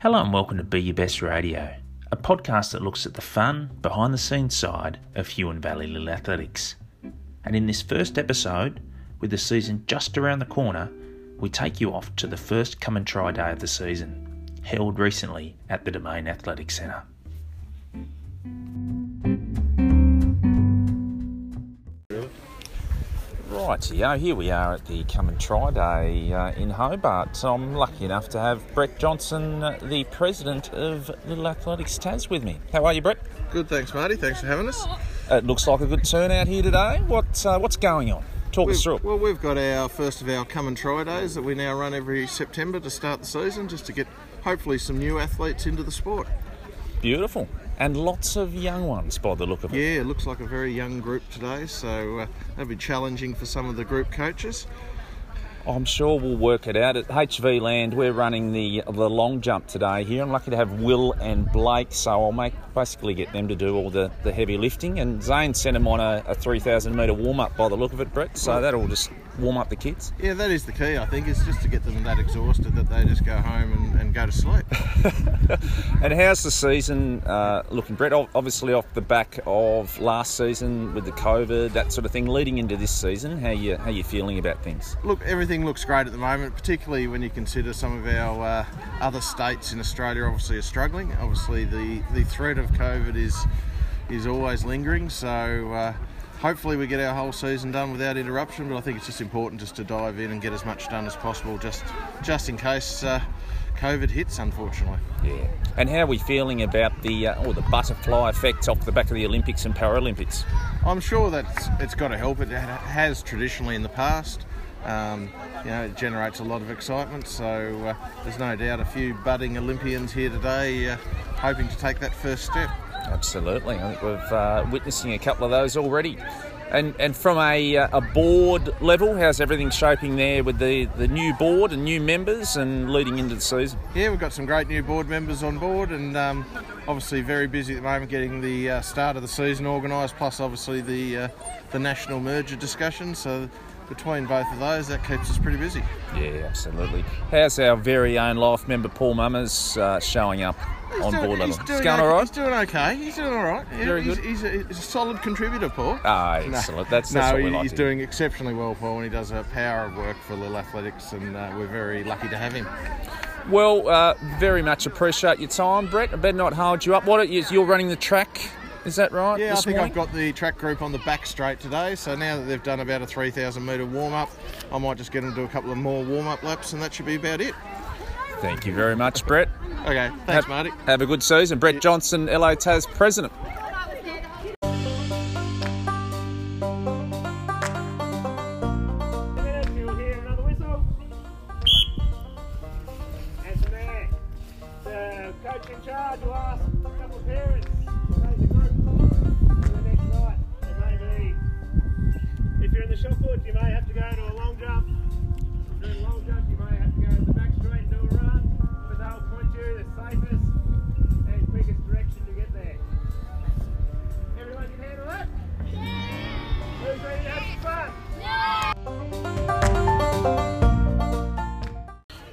Hello and welcome to Be Your Best Radio, a podcast that looks at the fun, behind the scenes side of Hugh and Valley Little Athletics. And in this first episode, with the season just around the corner, we take you off to the first come and try day of the season, held recently at the Domain Athletic Centre. Right, yeah, here we are at the Come and Try Day uh, in Hobart. So I'm lucky enough to have Brett Johnson, uh, the president of Little Athletics Tas, with me. How are you, Brett? Good, thanks, Marty. Thanks for having us. It looks like a good turnout here today. What uh, what's going on? Talk us We've, through. it. well, we've got our first of our come and try days that we now run every September to start the season, just to get hopefully some new athletes into the sport. Beautiful, and lots of young ones by the look of it. Yeah, it looks like a very young group today, so uh, that'll be challenging for some of the group coaches. I'm sure we'll work it out. At HV Land, we're running the the long jump today here. I'm lucky to have Will and Blake, so I'll make basically get them to do all the, the heavy lifting. And Zane sent them on a, a 3,000 metre warm up by the look of it, Brett. So that'll just warm up the kids. Yeah, that is the key, I think, is just to get them that exhausted that they just go home and, and go to sleep. And how's the season uh, looking, Brett? Ob- Obviously, off the back of last season with the COVID, that sort of thing, leading into this season, how you how you feeling about things? Look, everything looks great at the moment, particularly when you consider some of our uh, other states in Australia obviously are struggling. Obviously, the, the threat of COVID is is always lingering, so uh, hopefully we get our whole season done without interruption. But I think it's just important just to dive in and get as much done as possible, just just in case uh, COVID hits, unfortunately. Yeah. And how are we feeling about the uh, or the butterfly effect off the back of the Olympics and Paralympics? I'm sure that's it's got to help. It ha- has traditionally in the past. Um, you know, it generates a lot of excitement. So uh, there's no doubt a few budding Olympians here today, uh, hoping to take that first step. Absolutely. I think we're uh, witnessing a couple of those already. And and from a, uh, a board level, how's everything shaping there with the, the new board and new members and leading into the season? Yeah, we've got some great new board members on board, and um, obviously very busy at the moment getting the uh, start of the season organised. Plus, obviously the uh, the national merger discussion. So between both of those, that keeps us pretty busy. Yeah, absolutely. How's our very own life member Paul Mummers uh, showing up He's on doing- board level? He's doing, it's going okay. all He's right. doing okay. He's doing all right. Yeah, Very he's, good. He's, a, he's a solid contributor, Paul. Ah, excellent. That's, that's no, what we he- like he's to hear. doing exceptionally well, Paul, and he does a power of work for Little Athletics, and uh, we're very lucky to have him. Well, uh, very much appreciate your time, Brett. I better not hold you up. What are you, you're running the track? Is that right? Yeah, I this think morning? I've got the track group on the back straight today, so now that they've done about a 3,000 metre warm up, I might just get them to do a couple of more warm up laps, and that should be about it. Thank you very much, Brett. Okay, thanks, have, Marty. Have a good season, Brett Johnson, LA Tas president. minutes, you'll hear another whistle. And from there, the coach in charge will ask a couple of parents to take the group to the next night. It may be, if you're in the shop put, you may have to go to a long jump. If you're in a long jump, you may have to go to the back street and do a run. But they'll point you the safest and quickest direction to get there. Everyone can handle that? Who's ready to have some fun?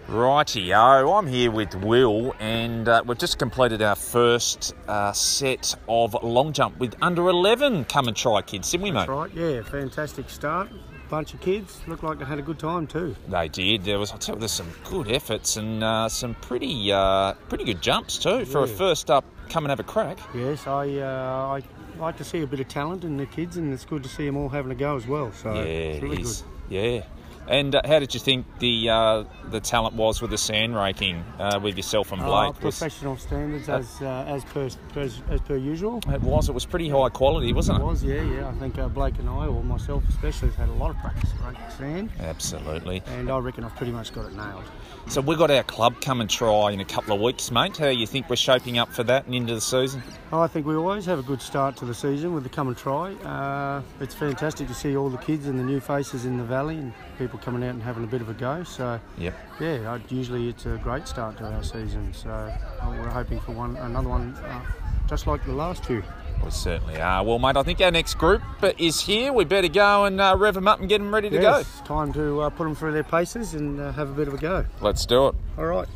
Rightio, I'm here with Will, and uh, we've just completed our first uh, set of long jump with under 11 come and try kids, didn't we, mate? Right, yeah, fantastic start. Bunch of kids, looked like they had a good time too. They did. There was, I tell you, there's some good efforts and uh, some pretty, uh, pretty good jumps too for a Yeah. first up. Come and have a crack. Yes, I, uh, I like to see a bit of talent in the kids, and it's good to see them all having a go as well. So Yeah, it's really it is. good. Yeah. And uh, how did you think the uh, the talent was with the sand raking uh, with yourself and Uh, Blake? was, it professional standards as uh, as per as, as per usual. was. It was pretty high quality, wasn't It it? was, yeah, yeah. I think uh, Blake and I, or myself especially, has had a lot of practice running sand, Absolutely. and I reckon I've pretty much got it nailed. So we've got our club come and try in a couple of weeks, mate. How you think we're shaping up for that and into the season? Oh, I think we always have a good start to the season with the come and try. Uh, it's fantastic to see all the kids and the new faces in the valley and people coming out and having a bit of a go. So Yep. yeah, I, usually it's a great start to our season. So uh, we're hoping for one another one uh, just like the last two. We certainly are. Well, mate, I think our next group is here. We better go and uh, rev them up and get them ready to Yes, time to uh, put them through their paces and uh, have a bit of a go. go. Let's do it. All right.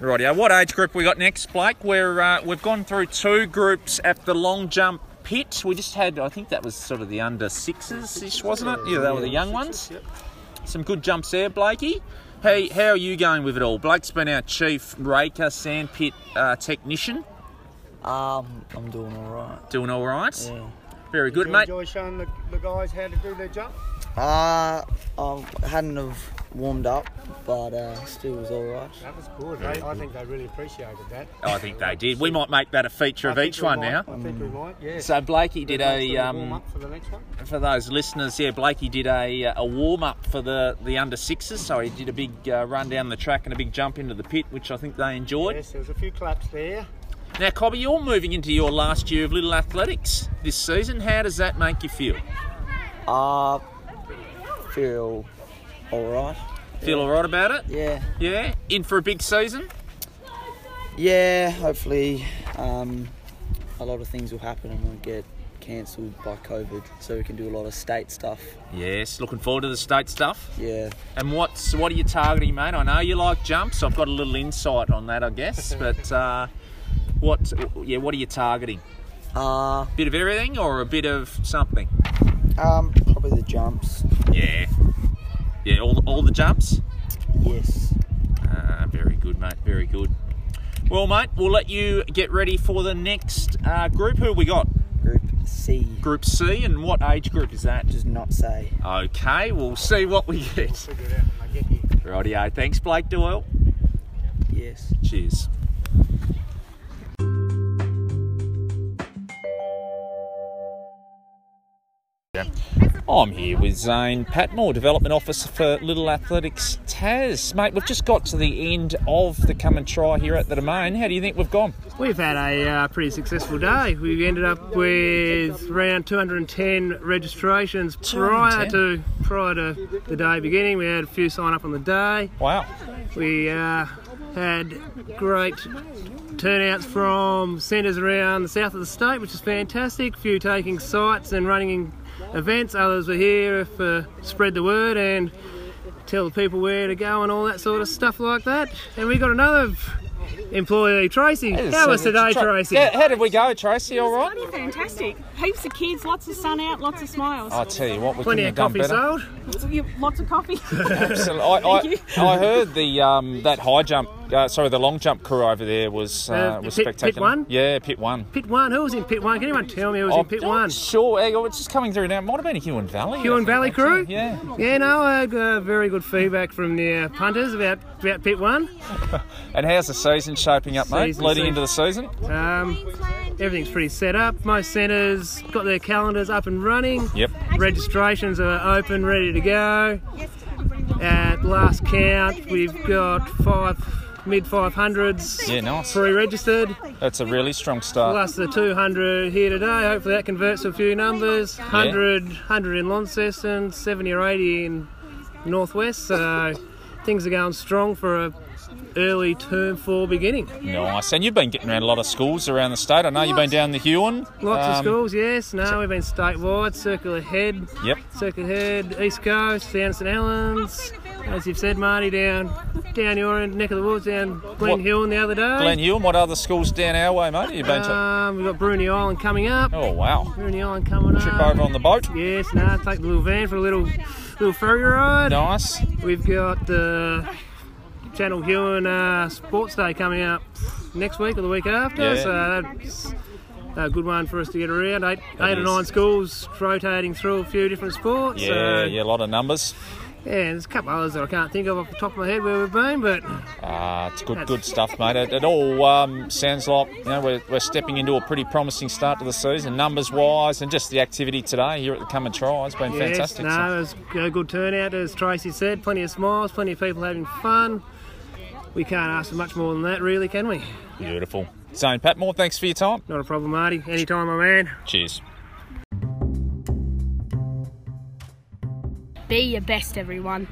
Rightio. What age group we got next, Blake? We're uh, we've gone through two groups at the long jump pit. We just had, I think that was sort of the under sixes ish, wasn't it? Yeah, they were the young ones. Yep. Some good jumps there, Blakey. Hey, how are you going with it all? Blake's been our chief raker, sandpit uh, technician. Um, I'm doing all right. Doing all right. Yeah. Very good, You mate. Enjoy showing the, the guys how to do their jump. Uh, I hadn't have warmed up, but uh, still was all right. That was good. They- I think they really appreciated that. Oh, I think they did. We might make that a feature I of think each we one might- now. I think we might. Yeah. So Blakey did a warm um, up for the next one. for those listeners, yeah, Blakey did a, uh, a warm up for the, the under sixes, so he did a big uh, run down the track and a big jump into the pit, which I think they enjoyed. Yes, there was a few claps there. Now, Cobby, you're moving into your last year of Little Athletics this season. How does that make you feel? Uh, feel all right. Feel all right about it? Yeah. Yeah, in for a big season. Yeah. Hopefully, um, a lot of things will happen and won't get cancelled by COVID, so we can do a lot of state stuff. Yes, looking forward to the state stuff. Yeah. And what's what are you targeting, mate? I know you like jumps. I've got a little insight on that, I guess. But uh, what? Yeah, what are you targeting? Uh, Bit of everything or a bit of something? um, probably the jumps. Yeah. Yeah, all, all the jumps? Yes. Ah, very good, mate. Very good. Well, mate, we'll let you get ready for the next uh, group. Who we got? Group C. Group C, and what age group is that? Does not say. Okay, we'll see what we get. Figure it out when they get here. Rightio. Thanks, Blake Doyle. Yes. Cheers. I'm here with Zane Patmore, Development Officer for Little Athletics Taz. Mate, we've just got to the end of the come and try here at the Domain. How do you think we've gone? We've had a uh, pretty successful day. We ended up with around 210 registrations prior 210? to prior to the day beginning. We had a few sign up on the day. Wow. We uh, had great turnouts from centres around the south of the state, which is fantastic. A few taking sites and running in events. Others were here for spread the word and tell the people where to go and all that sort of stuff like that. And we got another v- employee, Tracy. How was today, Tracy? Yeah, how did we go, Tracy? All right? Bloody Oh, fantastic. Heaps of kids, lots of sun out, lots of smiles. I tell you what, we Plenty of couldn't have coffee done better. sold. Lots of- yeah, Lots of coffee. Absolutely. I, I, Thank I heard the um, that high jump, uh, sorry, the long jump crew over there was uh, Uh, was pit- pit spectacular. one? Yeah, pit one. Pit one. Who was in pit one? Can anyone tell me who was in pit I'm one? not Sure, Egg, it's just coming through now. It might have been a Huon Valley. I Huon think, Valley actually. crew? Yeah. Yeah, no, I got very good feedback from the uh, punters about, about pit one. And how's the season shaping up, mate? Season, Leading season. into the season? Um, everything's pretty set up. Most centres got their calendars up and running. Yep. Registrations are open, ready to go. At last count, we've got five mid 500s Yeah, nice. pre-registered, That's a really strong start. plus the 200 here today. Hopefully that converts to a few numbers. 100, 100 in Launceston, 70 or 80 in Northwest. So things are going strong for a early term four beginning. Nice. And you've been getting around a lot of schools around the state. I know you've been down the Huon. Lots of Um, schools, yes. No, we've been statewide, Circular Head, Yep. Circular Head, East Coast, down St Helens. As you've said, Marty, down down your end, neck of the woods, down Glen What- Hill the other day. Glen Huon, what other schools down our way, mate? You've been to. um, we've got Bruni Island coming up. Oh, wow. Bruni Island coming Trip up. over on the boat. Yes, no, take the little van for a little little ferry ride. Nice. We've got the Channel Hill and uh, Sports Day coming up next week or the week after. Yeah. So that's a good one for us to get around. Eight, That eight or is. nine schools rotating through a few different sports. Yeah, so, yeah, a lot of numbers. yeah, there's a couple others that I can't think of off the top of my head where we've been, but Ah, it's good, good stuff, mate. It, it all um, sounds like you know we're, we're stepping into a pretty promising start to the season, numbers wise, and just the activity today here at the Come and Try has been yes, fantastic. no, it was a good turnout, as Tracy said. Plenty of smiles, plenty of people having fun. We can't ask for much more than that, really, can we? So, beautiful. Zane Patmore, thanks for your time. Not a problem, Marty. Anytime, my man. Cheers. Be your best, everyone.